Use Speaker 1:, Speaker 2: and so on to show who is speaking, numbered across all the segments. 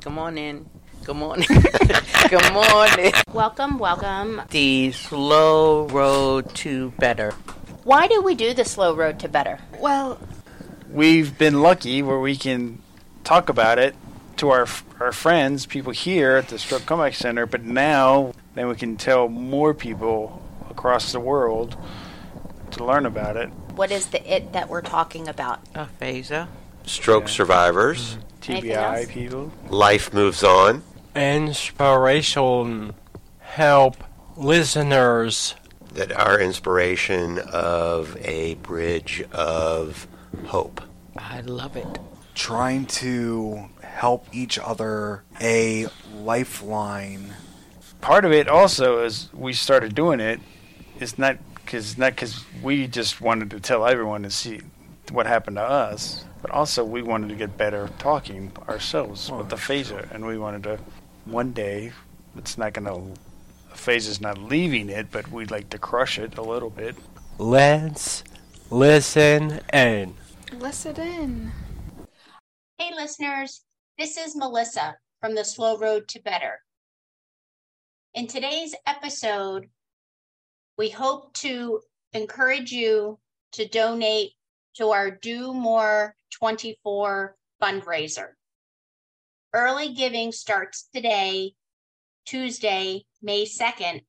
Speaker 1: Come on in. Come on in. Come on in.
Speaker 2: Welcome, welcome.
Speaker 1: The slow road to better.
Speaker 2: Why do we do the slow road to better?
Speaker 3: Well, we've been lucky where we can talk about it to our our friends, people here at the Stroke Comeback Center, but now then we can tell more people across the world to learn about it.
Speaker 2: What is the it that we're talking about?
Speaker 1: Aphasia.
Speaker 4: Stroke
Speaker 3: Yeah.
Speaker 4: survivors.
Speaker 5: Mm-hmm.
Speaker 2: Anything
Speaker 3: TBI
Speaker 2: else?
Speaker 3: people.
Speaker 4: Life moves on.
Speaker 6: Inspiration. Help listeners.
Speaker 4: That are inspiration of a bridge of hope.
Speaker 1: I love it.
Speaker 7: trying to help each other a lifeline.
Speaker 3: Part of it also is we started doing it. It's not because not because we just wanted to tell everyone to see what happened to us, but also we wanted to get better talking ourselves with the phaser, and we wanted to one day. It's not going to. Phaser's not leaving it, but we'd like to crush it a little bit.
Speaker 6: Let's listen in.
Speaker 8: Listen in.
Speaker 9: Hey, listeners, this is Melissa from the Slow Road to Better. In today's episode, we hope to encourage you to donate to our Do More 24 fundraiser. Early giving starts today, Tuesday, May 2nd,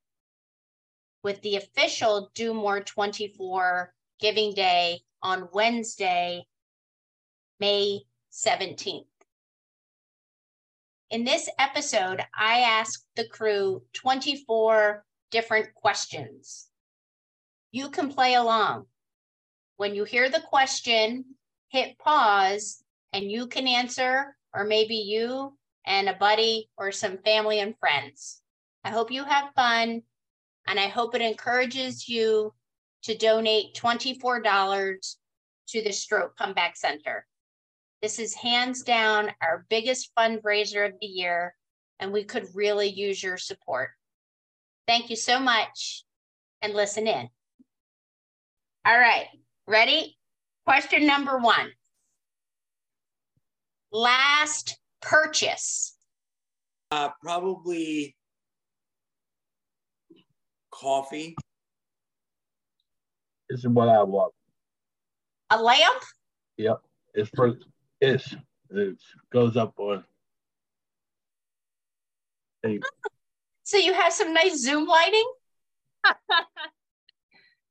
Speaker 9: with the official Do More 24 Giving Day on Wednesday, May 17th. In this episode, I asked the crew 24 different questions. You can play along. When you hear the question, hit pause and you can answer, or maybe you and a buddy or some family and friends. I hope you have fun and I hope it encourages you to donate $24 to the Stroke Comeback Center. This is hands down our biggest fundraiser of the year, and we could really use your support. Thank you so much and listen in. All right, ready? Question number one Last purchase.
Speaker 10: Uh, probably coffee.
Speaker 5: This is what I want.
Speaker 9: A lamp?
Speaker 5: It's for it's it goes up on. Hey,
Speaker 9: So you have some nice Zoom lighting?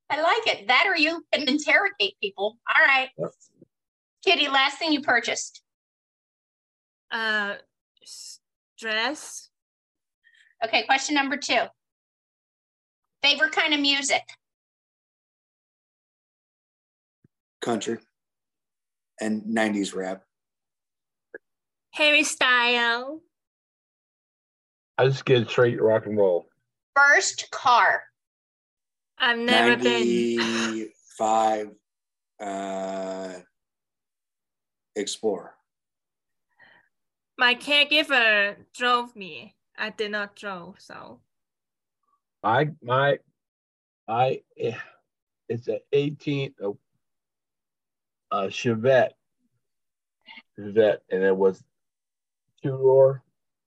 Speaker 9: I like it. That or you can interrogate people. All right.
Speaker 5: Yep.
Speaker 9: Kitty, last thing you purchased.
Speaker 8: Uh, s- dress.
Speaker 9: Okay, question number two. Favorite kind of music?
Speaker 10: country and 90s rap.
Speaker 8: Harry Style.
Speaker 5: I just get straight rock and roll.
Speaker 9: First car.
Speaker 8: I've never been.
Speaker 10: 95 uh, Explorer.
Speaker 8: My caregiver drove me. I did not drove, so
Speaker 5: I my I eh, it's an 18 a, a Chevette Chevette and it was two door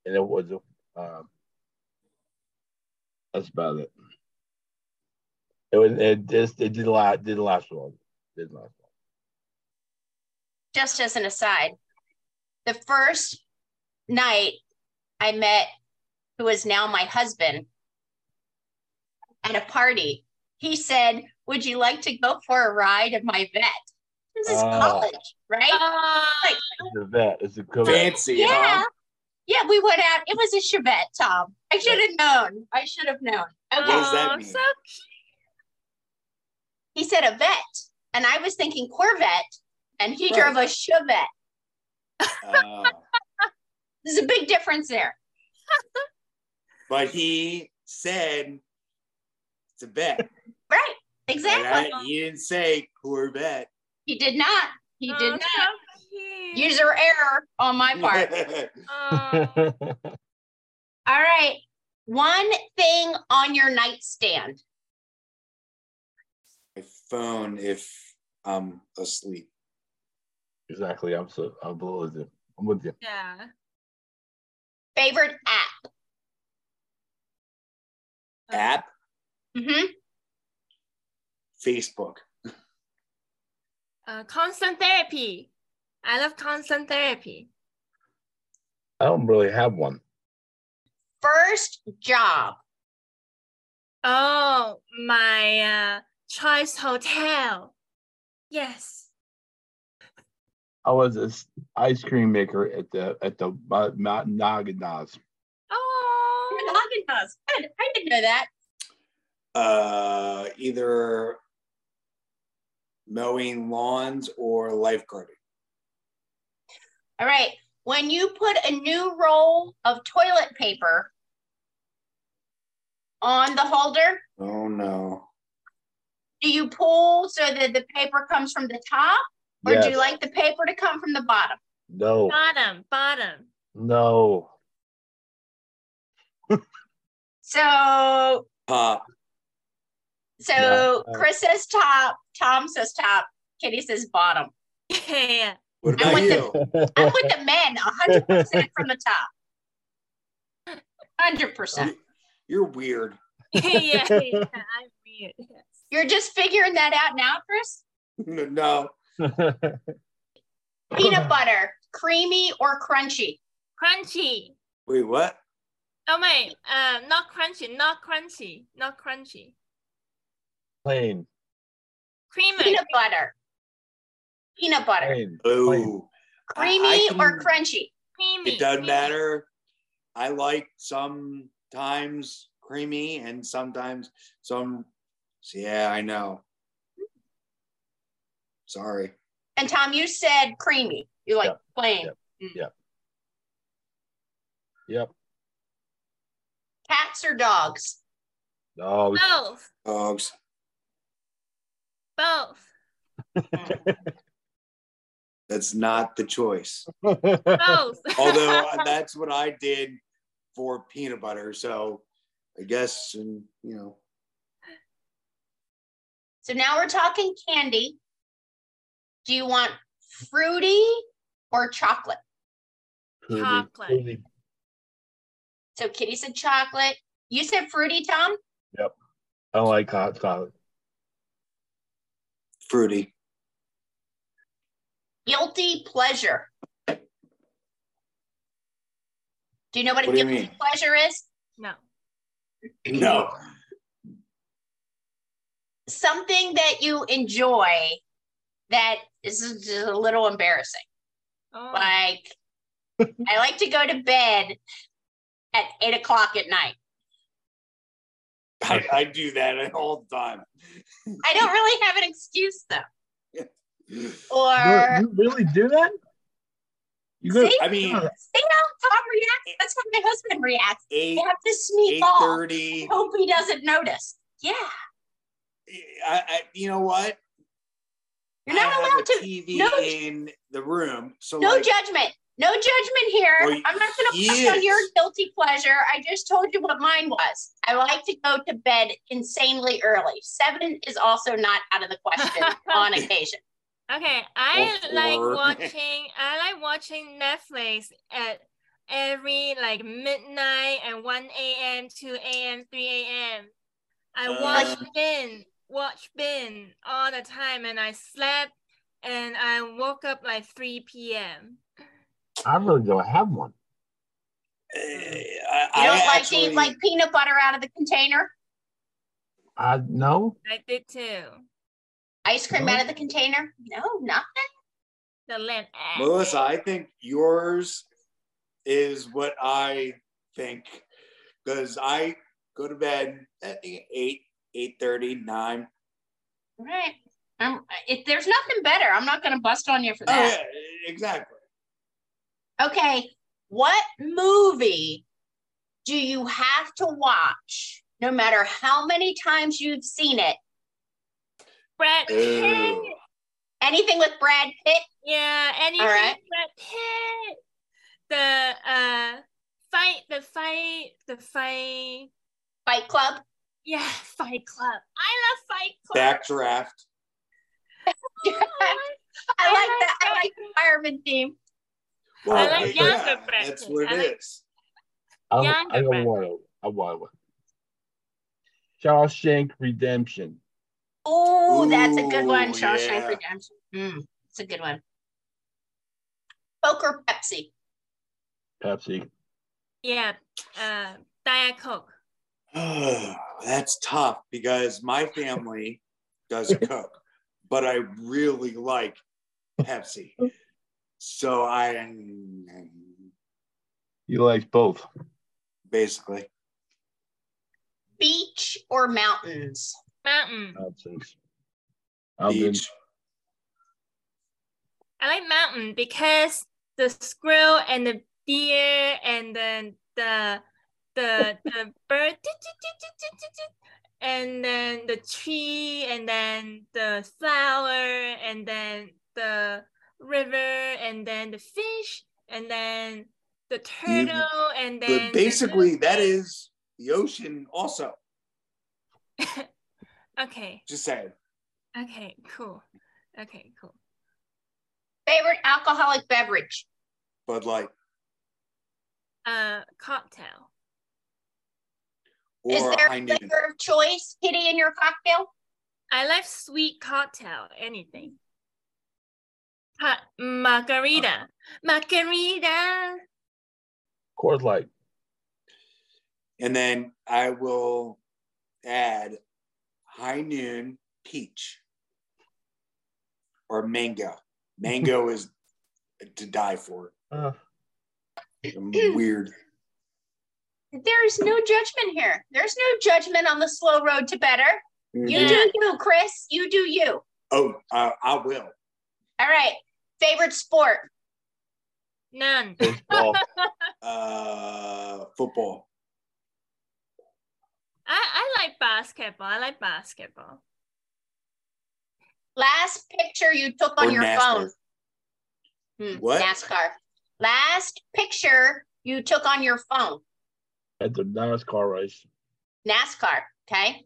Speaker 5: and it was a um, that's about it. It was it just it did a lot did last long did last long.
Speaker 9: Just as an aside, the first night I met who is now my husband at a party, he said, Would you like to go for a ride of my vet? This is
Speaker 5: Ah.
Speaker 9: college, right?
Speaker 8: Oh,
Speaker 5: It's a vet. It's a good
Speaker 10: Fancy,
Speaker 9: yeah.
Speaker 10: huh?
Speaker 9: Yeah, we went out. It was a Chevette, Tom. I should have known. I should have known. Okay.
Speaker 10: What does that mean?
Speaker 8: oh, so
Speaker 9: he said a vet, and I was thinking Corvette, and he
Speaker 10: Right.
Speaker 9: drove a Chevette.
Speaker 10: Uh,
Speaker 9: There's a big difference there.
Speaker 10: but he said it's a bet.
Speaker 9: Right. Exactly.
Speaker 10: And I- he didn't say Corvette.
Speaker 9: He did not. He did
Speaker 8: oh,
Speaker 9: not.
Speaker 8: so cute.
Speaker 9: User error on my part.
Speaker 8: Oh,
Speaker 9: All right. One thing on your nightstand.
Speaker 10: My phone if I'm asleep.
Speaker 5: exactly. I'm so I'm with you. I'm with you.
Speaker 8: yeah.
Speaker 9: Favorite app?
Speaker 10: App,
Speaker 9: Mm-hmm.
Speaker 10: Facebook.
Speaker 8: Uh, constant therapy. I love constant therapy.
Speaker 5: I don't really have one.
Speaker 9: First job.
Speaker 8: Oh, my uh, choice hotel. Yes.
Speaker 5: I was an ice cream maker at the at the uh, Mount Naganas.
Speaker 8: Oh,
Speaker 9: Haagen-Dazs. I, I didn't know that.
Speaker 10: Uh, either mowing lawns or lifeguarding.
Speaker 9: All right. When you put a new roll of toilet paper on the holder,
Speaker 10: Oh no.
Speaker 9: do you pull so that the paper comes from the top, or do
Speaker 5: Yes.
Speaker 9: you like the paper to come from the bottom?
Speaker 5: No,
Speaker 8: bottom, bottom.
Speaker 5: no.
Speaker 9: So,
Speaker 10: Pop.
Speaker 9: so
Speaker 5: Yeah. Uh,
Speaker 9: Chris says top, Tom says top, Kitty says bottom.
Speaker 8: Yeah.
Speaker 10: What
Speaker 9: I
Speaker 10: about
Speaker 9: want
Speaker 10: you?
Speaker 9: I'm with the men, hundred percent from the top. Hundred
Speaker 5: Um,
Speaker 9: percent.
Speaker 10: You're weird.
Speaker 8: yeah, yeah, I'm weird. Yes.
Speaker 9: You're just figuring that out now, Chris.
Speaker 10: no.
Speaker 9: Peanut butter, creamy or crunchy?
Speaker 8: Crunchy.
Speaker 10: Wait, what?
Speaker 8: Oh wait, um, not crunchy, not crunchy, not crunchy.
Speaker 5: plain,
Speaker 8: Creamer.
Speaker 9: Peanut butter. Peanut butter,
Speaker 5: plain, plain.
Speaker 10: Oh. I- I
Speaker 9: creamy or
Speaker 5: Ah.
Speaker 10: can-
Speaker 9: crunchy?
Speaker 8: creamy.
Speaker 10: It doesn't
Speaker 8: creamy.
Speaker 10: matter. I like sometimes creamy and sometimes some. so, yeah, I know. Sorry.
Speaker 9: And Tom, you said creamy. You like
Speaker 5: Yeah,
Speaker 9: plain Mm.
Speaker 5: Yep.
Speaker 9: cats or dogs?
Speaker 5: No.
Speaker 8: Both,
Speaker 10: Dogs.
Speaker 8: both,
Speaker 10: That's not the choice.
Speaker 8: both.
Speaker 10: Although uh, that's what I did for peanut butter. So I guess, and you know,
Speaker 9: So now we're talking candy. Do you want fruity or chocolate?
Speaker 5: Fruity,
Speaker 8: Chocolate.
Speaker 5: fruity.
Speaker 9: So Kitty said chocolate. You said fruity, Tom.
Speaker 5: I don't like hot chocolate.
Speaker 10: fruity.
Speaker 9: Guilty pleasure. Do you know what,
Speaker 10: What do
Speaker 9: a
Speaker 10: you
Speaker 9: guilty
Speaker 10: mean?
Speaker 9: pleasure is?
Speaker 8: no,
Speaker 10: No.
Speaker 9: Something that you enjoy that is just a little embarrassing.
Speaker 8: oh,
Speaker 9: Like, I like to go to bed at eight o'clock at night.
Speaker 10: I, I do that all the time.
Speaker 9: I don't really have an excuse though.
Speaker 5: You,
Speaker 9: Or,
Speaker 5: you really do that? You go.
Speaker 9: See?
Speaker 10: I mean,
Speaker 9: see how Tom reacts? That's how my husband reacts.
Speaker 10: eight,
Speaker 9: You have to sneak off.
Speaker 10: 8.30.
Speaker 9: hope he doesn't notice. Yeah,
Speaker 10: I, I, you know what?
Speaker 9: you're not
Speaker 10: I have
Speaker 9: allowed
Speaker 10: a
Speaker 9: to.
Speaker 10: TV
Speaker 9: no-
Speaker 10: in the room, so
Speaker 9: No
Speaker 10: like,
Speaker 9: judgment. No judgment here.
Speaker 10: Well,
Speaker 9: I'm not going to
Speaker 10: he
Speaker 9: comment on your
Speaker 10: is.
Speaker 9: guilty pleasure. I just told you what mine was. I like to go to bed insanely early. Seven is also not out of the question on occasion.
Speaker 8: Okay, I
Speaker 10: Or
Speaker 8: like
Speaker 10: four.
Speaker 8: watching. I like watching Netflix at every like midnight and one a.m., two a.m., three a.m. I
Speaker 10: Uh.
Speaker 8: watch Bin, watch Bin all the time, and I slept and I woke up like three p.m.
Speaker 5: I really don't have one.
Speaker 10: I,
Speaker 9: You
Speaker 10: I
Speaker 9: don't like
Speaker 10: actually,
Speaker 9: to eat like peanut butter out of the container,
Speaker 5: I no.
Speaker 8: I did too.
Speaker 9: ice cream
Speaker 5: No.
Speaker 9: out of the container. No, nothing.
Speaker 8: The lamp.
Speaker 10: Melissa. I think yours is what I think because I go to bed at eight, eight thirty, nine.
Speaker 9: All Right. I'm, if there's nothing better, I'm not going to bust on you for
Speaker 10: Oh
Speaker 9: that.
Speaker 10: yeah, exactly.
Speaker 9: Okay. What movie do you have to watch no matter how many times you've seen it?
Speaker 8: Brad Pitt.
Speaker 10: Ooh.
Speaker 9: Anything with Brad Pitt?
Speaker 8: Yeah, and you
Speaker 9: All right.
Speaker 8: right. Brad Pitt. The uh fight the fight the fight
Speaker 9: Fight Club?
Speaker 8: yeah, Fight Club. I love Fight Club.
Speaker 10: Backdraft.
Speaker 9: I
Speaker 8: Oh,
Speaker 9: like that. I like the fireman theme.
Speaker 8: like
Speaker 10: yeah,
Speaker 8: younger
Speaker 10: That's what
Speaker 8: Brad Pitt. I
Speaker 10: it
Speaker 8: like-
Speaker 10: is.
Speaker 5: I
Speaker 8: Yeah,
Speaker 5: don't, I
Speaker 8: I'm
Speaker 5: don't want to. I want one. Shawshank Redemption.
Speaker 9: Oh, that's a good one.
Speaker 5: Ooh,
Speaker 9: Shawshank
Speaker 5: yeah.
Speaker 9: Redemption. Mm, it's a good one. Coke or Pepsi?
Speaker 5: Pepsi.
Speaker 10: Oh,
Speaker 8: Yeah. Uh, Diet Coke.
Speaker 10: That's tough because my family does Coke, but I really like Pepsi. So I
Speaker 5: You like both.
Speaker 10: basically
Speaker 9: Beach or mountains?
Speaker 8: Mountain.
Speaker 5: Mountains.
Speaker 10: beach.
Speaker 8: I like mountain because the squirrel and the deer and then the the the bird and then the tree and then the flower and then the river and then the fish and then the turtle and then
Speaker 10: But basically, that is the ocean. Also,
Speaker 8: okay
Speaker 10: just saying.
Speaker 8: okay cool okay cool
Speaker 9: Favorite alcoholic beverage?
Speaker 10: Bud Light
Speaker 8: uh cocktail
Speaker 10: or
Speaker 9: Is there a
Speaker 10: Heineken.
Speaker 9: flavor of choice, Kitty, in your cocktail?
Speaker 8: I love sweet cocktail, anything. Pa- margarita, margarita.
Speaker 5: Coors Light.
Speaker 10: And then I will add high noon peach or mango. Mango is to die for.
Speaker 5: Uh,
Speaker 10: Weird.
Speaker 9: There's no judgment here. There's no judgment on the slow road to better. You
Speaker 10: Mhm.
Speaker 9: do you, Chris. You do you.
Speaker 10: Oh, uh, I will.
Speaker 9: All right. Favorite sport?
Speaker 8: None.
Speaker 5: Baseball.
Speaker 10: uh, football.
Speaker 8: I, I like basketball. I like basketball.
Speaker 9: Last picture you took on
Speaker 10: Or
Speaker 9: your
Speaker 10: NASCAR.
Speaker 9: phone. Hmm,
Speaker 5: What?
Speaker 9: NASCAR. Last picture you took on your phone.
Speaker 5: At the NASCAR race.
Speaker 9: NASCAR. Okay.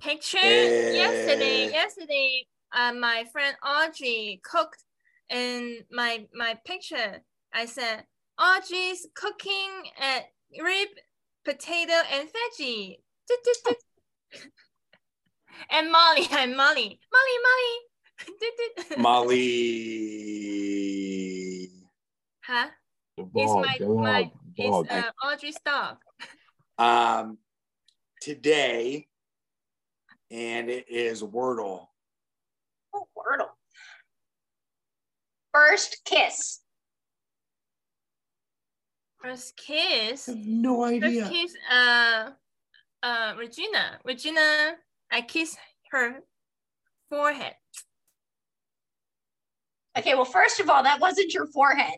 Speaker 8: Picture
Speaker 5: Eh.
Speaker 8: yesterday. Yesterday, uh, my friend Audrey cooked, and my my picture. I said Audrey's cooking at rib, potato, and veggie. and Molly, I'm Molly. Molly, Molly.
Speaker 10: Molly.
Speaker 8: Huh?
Speaker 5: The
Speaker 8: It's
Speaker 5: ball.
Speaker 8: my,
Speaker 5: the
Speaker 8: my
Speaker 5: ball,
Speaker 8: it's uh, Audrey's dog.
Speaker 10: Um, today, and it is Wordle.
Speaker 9: Oh, Wordle. First kiss.
Speaker 8: First kiss.
Speaker 10: No idea.
Speaker 8: First kiss. Uh, uh, Regina. Regina. I kissed her forehead.
Speaker 9: Okay, well, first of all, that wasn't your forehead.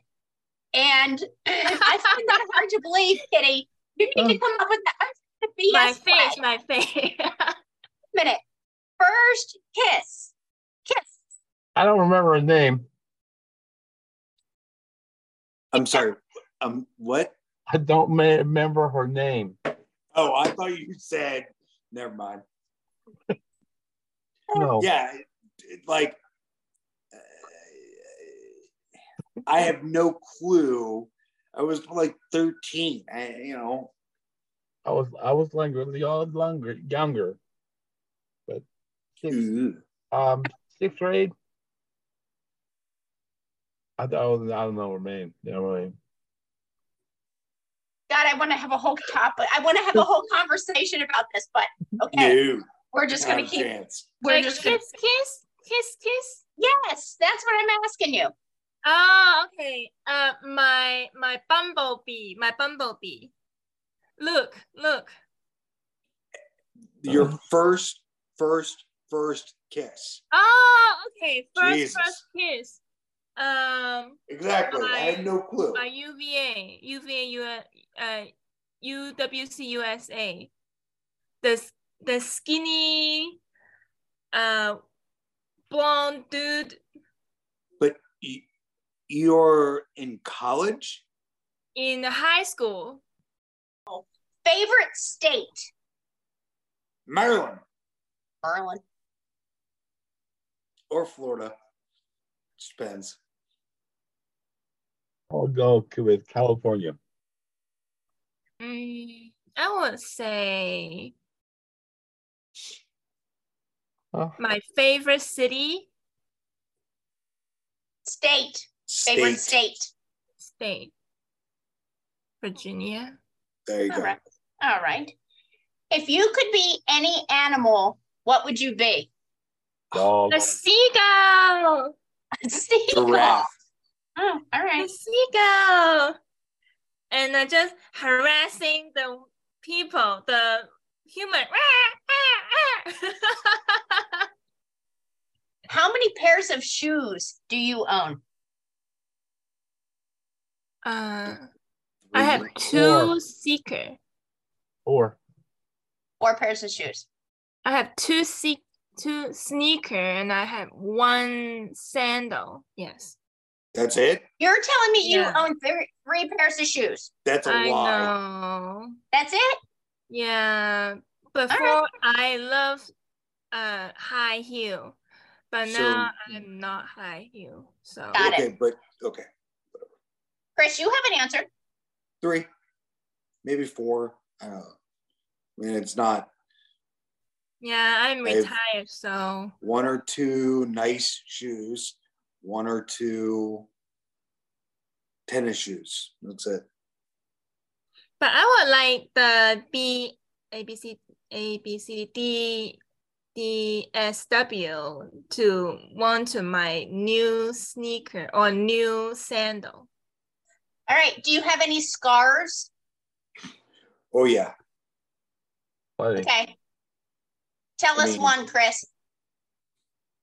Speaker 9: And I find that hard to believe, Kitty. You need to come up with that. a BS
Speaker 8: Oh. my
Speaker 9: plan.
Speaker 8: face. My face.
Speaker 9: Wait a minute. First kiss. Kiss.
Speaker 5: I don't remember his name.
Speaker 10: I'm sorry. Um, what?
Speaker 5: I don't ma- remember her name.
Speaker 10: Oh, I thought you said. Never mind.
Speaker 5: No.
Speaker 10: Yeah, it- it- like uh, I have no clue. I was like 13. I, you know,
Speaker 5: I was I was younger, longer, younger, but six, um, sixth grade. I, thought I, was, I don't know her name. You know what I mean?
Speaker 9: God, I want to have a whole topic. I want to have a whole conversation about this, but okay.
Speaker 10: no,
Speaker 9: We're just going
Speaker 10: not
Speaker 9: to
Speaker 10: a
Speaker 9: keep.
Speaker 10: chance.
Speaker 9: We're
Speaker 8: Like
Speaker 9: just
Speaker 8: kiss,
Speaker 9: gonna,
Speaker 8: kiss, kiss, kiss.
Speaker 9: yes, that's what I'm asking you.
Speaker 8: Oh, okay. Uh, my my bumblebee. My bumblebee. Look, look.
Speaker 10: Your first, first, first kiss.
Speaker 8: Oh, okay. First,
Speaker 10: Jesus.
Speaker 8: first kiss. Um,
Speaker 10: Exactly. I had no clue.
Speaker 8: by UVA, UVA, U, uh, UWC USA. The s- the skinny, uh, blonde dude
Speaker 10: But y- you're in college?
Speaker 8: in high school.
Speaker 9: Favorite state?
Speaker 10: Maryland
Speaker 9: Maryland.
Speaker 10: or Florida? Just Depends.
Speaker 5: I'll go c- with California.
Speaker 8: Mm, I would say
Speaker 5: Oh.
Speaker 8: my favorite city
Speaker 9: State. Favorite state.
Speaker 8: state, Virginia.
Speaker 10: There you
Speaker 9: All right. All right. If you could be any animal, what would you be?
Speaker 5: Dog.
Speaker 8: A seagull.
Speaker 9: A seagull.
Speaker 10: Giraffe.
Speaker 9: Oh, all right.
Speaker 8: A seagull. And uh, just harassing the people, the human.
Speaker 9: How many pairs of shoes do you own?
Speaker 8: uh, I have two
Speaker 5: Four.
Speaker 8: seeker.
Speaker 5: Four.
Speaker 9: Four pairs of shoes.
Speaker 8: I have two seek two sneaker and I have one sandal. Yes.
Speaker 10: That's it.
Speaker 9: You're telling me
Speaker 8: Yeah.
Speaker 9: you own three, three pairs of shoes.
Speaker 10: That's a
Speaker 8: I
Speaker 10: lie.
Speaker 8: know.
Speaker 9: That's it?
Speaker 8: Yeah. Before I love uh high heel, but
Speaker 10: So-
Speaker 8: now I'm not high heel. So
Speaker 9: Got it.
Speaker 10: okay, but okay,
Speaker 9: Chris, you have an answer.
Speaker 10: three, maybe four. I don't know. I mean, it's not
Speaker 8: yeah, I'm
Speaker 10: I've-
Speaker 8: retired, so
Speaker 10: one or two nice shoes, one or two tennis shoes. That's it.
Speaker 8: but I would like the B A B C A B C D D S W to want to my new sneaker or new sandal.
Speaker 9: All right. Do you have any scars?
Speaker 10: Oh yeah.
Speaker 5: Plenty.
Speaker 9: Okay. Tell
Speaker 10: I
Speaker 9: us
Speaker 10: mean-
Speaker 9: one, Chris.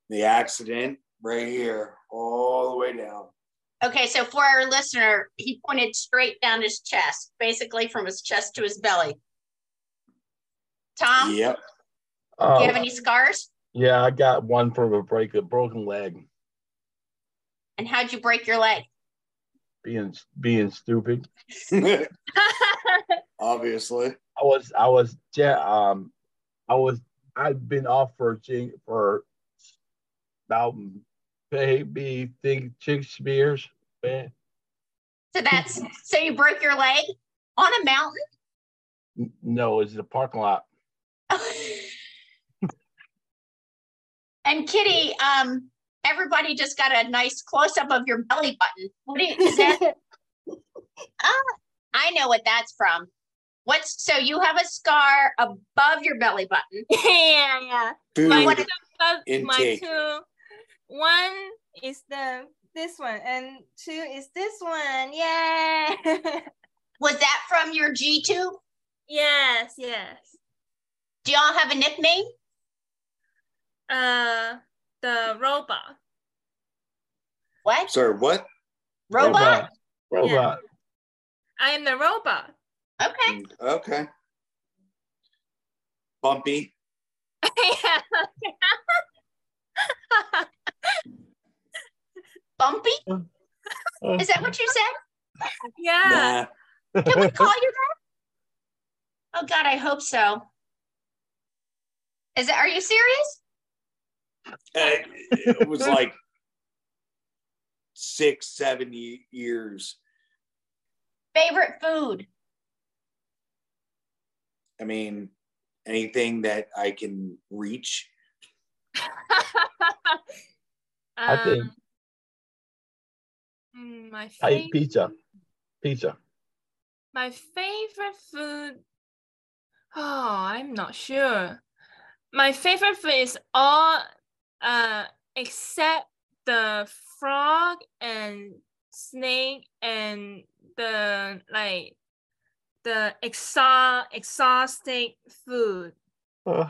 Speaker 10: the accident right here, all the way down.
Speaker 9: Okay, so for our listener, he pointed straight down his chest, basically from his chest to his belly. Tom,
Speaker 10: Yep.
Speaker 5: Oh,
Speaker 9: do you have any scars?
Speaker 5: yeah, I got one from a break, a broken leg,
Speaker 9: And how'd you break your leg?
Speaker 5: being being stupid.
Speaker 10: Obviously.
Speaker 5: I was I was ja- um I was I've been off for jing- for about maybe think six years. man.
Speaker 9: So that's so you broke your leg on a mountain.
Speaker 5: N- No, it's the parking lot.
Speaker 9: and Kitty, um, everybody just got a nice close up of your belly button. What do you, is that? ah, I know what that's from. What's so you have a scar above your belly button?
Speaker 8: yeah, yeah.
Speaker 10: Food.
Speaker 8: my
Speaker 9: what-
Speaker 8: two, but my
Speaker 10: intake.
Speaker 8: two, one is the this one and two is this one. Yeah.
Speaker 9: Was that from your G tube?
Speaker 8: yes, yes.
Speaker 9: Do y'all have a nickname?
Speaker 8: Uh, the robot.
Speaker 9: What?
Speaker 10: Sorry, what?
Speaker 9: Robot?
Speaker 5: Robot. Robot.
Speaker 8: I am the robot.
Speaker 9: Okay.
Speaker 10: Okay. Bumpy.
Speaker 9: Bumpy?
Speaker 5: Uh,
Speaker 9: Is that what you said?
Speaker 8: yeah.
Speaker 10: Nah.
Speaker 9: Can we call you that? Oh God, I hope so. Is that are you serious?
Speaker 10: Eh, It was like six, seven ye- years.
Speaker 9: Favorite food?
Speaker 10: I mean, anything that I can reach.
Speaker 5: I think
Speaker 8: Um, mm, my
Speaker 5: I eat
Speaker 8: favorite,
Speaker 5: pizza. Pizza.
Speaker 8: my favorite food. Oh, I'm not sure. My favorite food is all uh except the frog and snake and the like the exhaust exhausting food.
Speaker 5: Uh,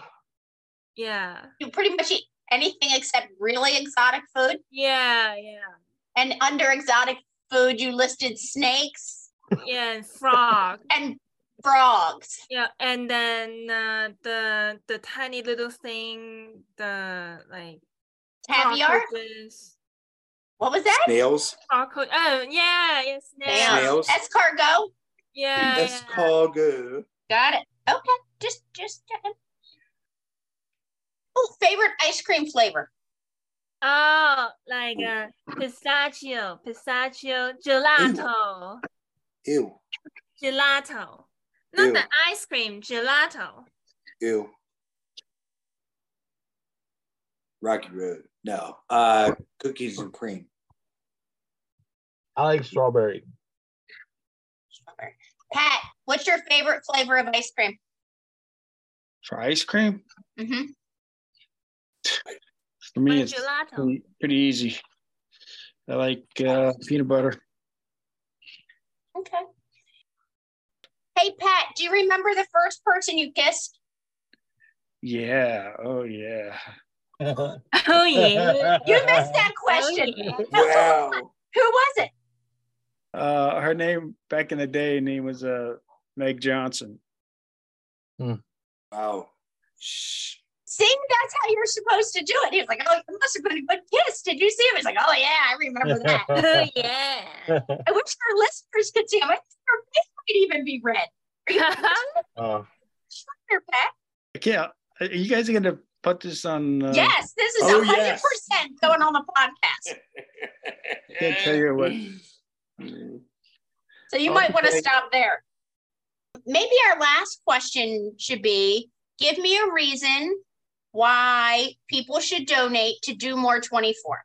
Speaker 8: Yeah.
Speaker 9: You pretty much eat anything except really exotic food.
Speaker 8: Yeah, yeah.
Speaker 9: And under exotic food, you listed snakes
Speaker 8: Yeah, and frog.
Speaker 9: and frogs.
Speaker 8: Yeah, and then uh, the the tiny little thing, the like
Speaker 9: Caviar?
Speaker 8: cockroaches,
Speaker 9: What was that?
Speaker 10: Snails.
Speaker 8: cockroach. Oh yeah, yes,
Speaker 9: Damn.
Speaker 8: now.
Speaker 10: Snails.
Speaker 9: Escargot.
Speaker 8: Yeah,
Speaker 10: That's
Speaker 8: yeah.
Speaker 10: called good.
Speaker 9: Got it. Okay. Just, just. Oh, favorite ice cream flavor.
Speaker 8: Oh, like uh, pistachio, pistachio gelato,
Speaker 10: Ew.
Speaker 8: gelato. Not
Speaker 10: Ew.
Speaker 8: the ice cream, gelato.
Speaker 10: Ew. Rocky Road. No. Uh, cookies and cream.
Speaker 5: I like strawberry.
Speaker 9: Pat, what's your favorite flavor of ice cream?
Speaker 11: For ice cream,
Speaker 9: hmm
Speaker 11: for me,
Speaker 8: Or
Speaker 11: it's
Speaker 8: gelato.
Speaker 11: pretty, pretty easy. I like uh, peanut butter.
Speaker 9: Okay. Hey, Pat, do you remember the first person you kissed?
Speaker 11: Yeah. Oh, yeah.
Speaker 8: Oh
Speaker 11: yeah.
Speaker 9: You missed that question.
Speaker 10: Wow.
Speaker 9: Who was it?
Speaker 11: Uh, her name back in the day, name was uh, Meg Johnson.
Speaker 10: Wow.
Speaker 9: See, that's how you're supposed to do it. He was like, "Oh, it must have been a good kiss." Did you see him? He's like, "Oh yeah, I remember that."
Speaker 8: oh yeah.
Speaker 9: I wish our listeners could see him. I think her face might even be red.
Speaker 5: Oh.
Speaker 9: Here, Pat.
Speaker 11: I can't. Are you guys are gonna put this on? Uh,
Speaker 9: yes, this is
Speaker 11: oh,
Speaker 9: hundred
Speaker 11: yes.
Speaker 9: percent going on the podcast.
Speaker 11: I can't tell you what.
Speaker 9: So you
Speaker 11: Oh,
Speaker 9: might want to
Speaker 11: okay.
Speaker 9: stop there. Maybe our last question should be: Give me a reason why people should donate to do more twenty four.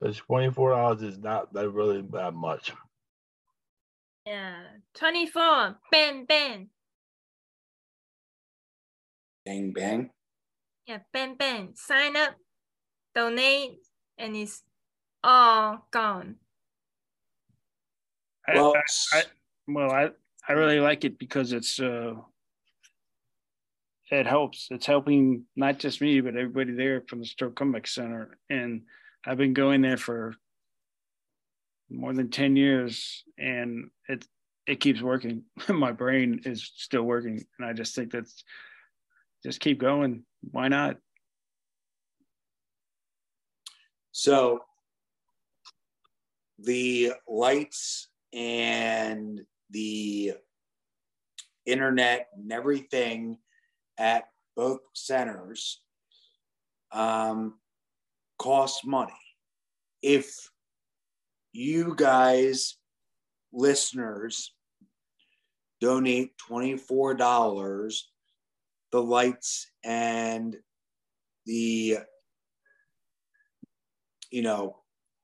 Speaker 5: But twenty four hours is not that really that much.
Speaker 8: Yeah. 24. Bang bang.
Speaker 10: Bang bang.
Speaker 8: Yeah, bang bang. Sign up, donate, and it's all gone.
Speaker 11: I,
Speaker 10: Well,
Speaker 11: I, I, well, I I really like it because it's uh, it helps. It's helping not just me but everybody there from the Stroke Comeback Center, and I've been going there for more than ten years, and it it keeps working. My brain is still working, and I just think that's just keep going. Why not?
Speaker 10: So the lights and the internet and everything at both centers um, cost money. If you guys, listeners, donate $24, the lights and the you know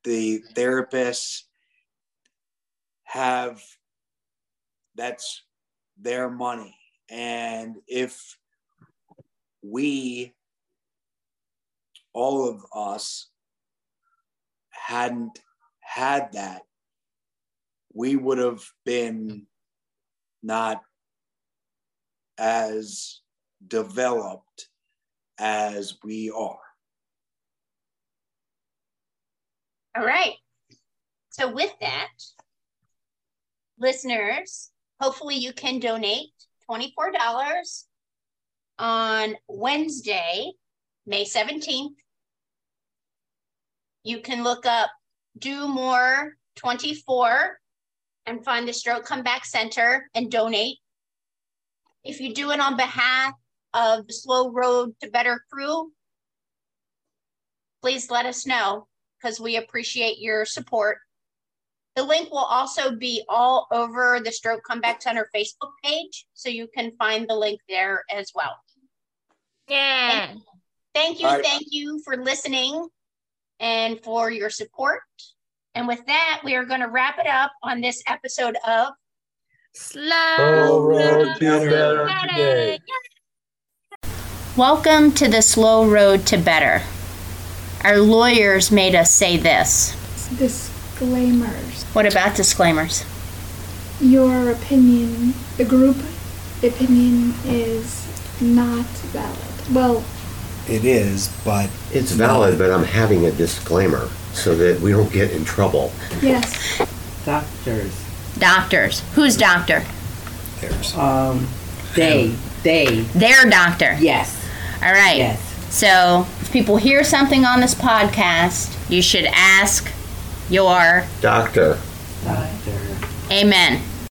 Speaker 10: the therapists have that's their money and if we all of us hadn't had that we would have been not as developed as we are
Speaker 9: All right. So, with that, listeners, hopefully you can donate $24 on Wednesday, May 17th. You can look up Do More 24 and find the Stroke Comeback Center and donate. If you do it on behalf of the Slow Road to Better crew, please let us know because we appreciate your support. The link will also be all over the Stroke Comeback Center Facebook page, so you can find the link there as well.
Speaker 8: Yeah.
Speaker 9: Thank you,
Speaker 10: All right.
Speaker 9: thank you for listening and for your support. And with that, we are going to wrap it up on this episode of
Speaker 8: Slow
Speaker 5: road to better
Speaker 8: today.
Speaker 9: Welcome to the Slow Road to Better. Our lawyers made us say this.
Speaker 12: Disclaimers.
Speaker 9: What about disclaimers?
Speaker 12: Your opinion, the group opinion is not valid. Well,
Speaker 4: It is, but. It's valid, but I'm having a disclaimer so that we don't get in trouble.
Speaker 12: yes.
Speaker 13: Doctors.
Speaker 9: Doctors. Who's doctor?
Speaker 13: Um, they. They.
Speaker 9: Their doctor.
Speaker 13: Yes.
Speaker 9: All right.
Speaker 13: Yes.
Speaker 9: So, if people hear something on this podcast, you should ask your
Speaker 4: Doctor.
Speaker 9: amen.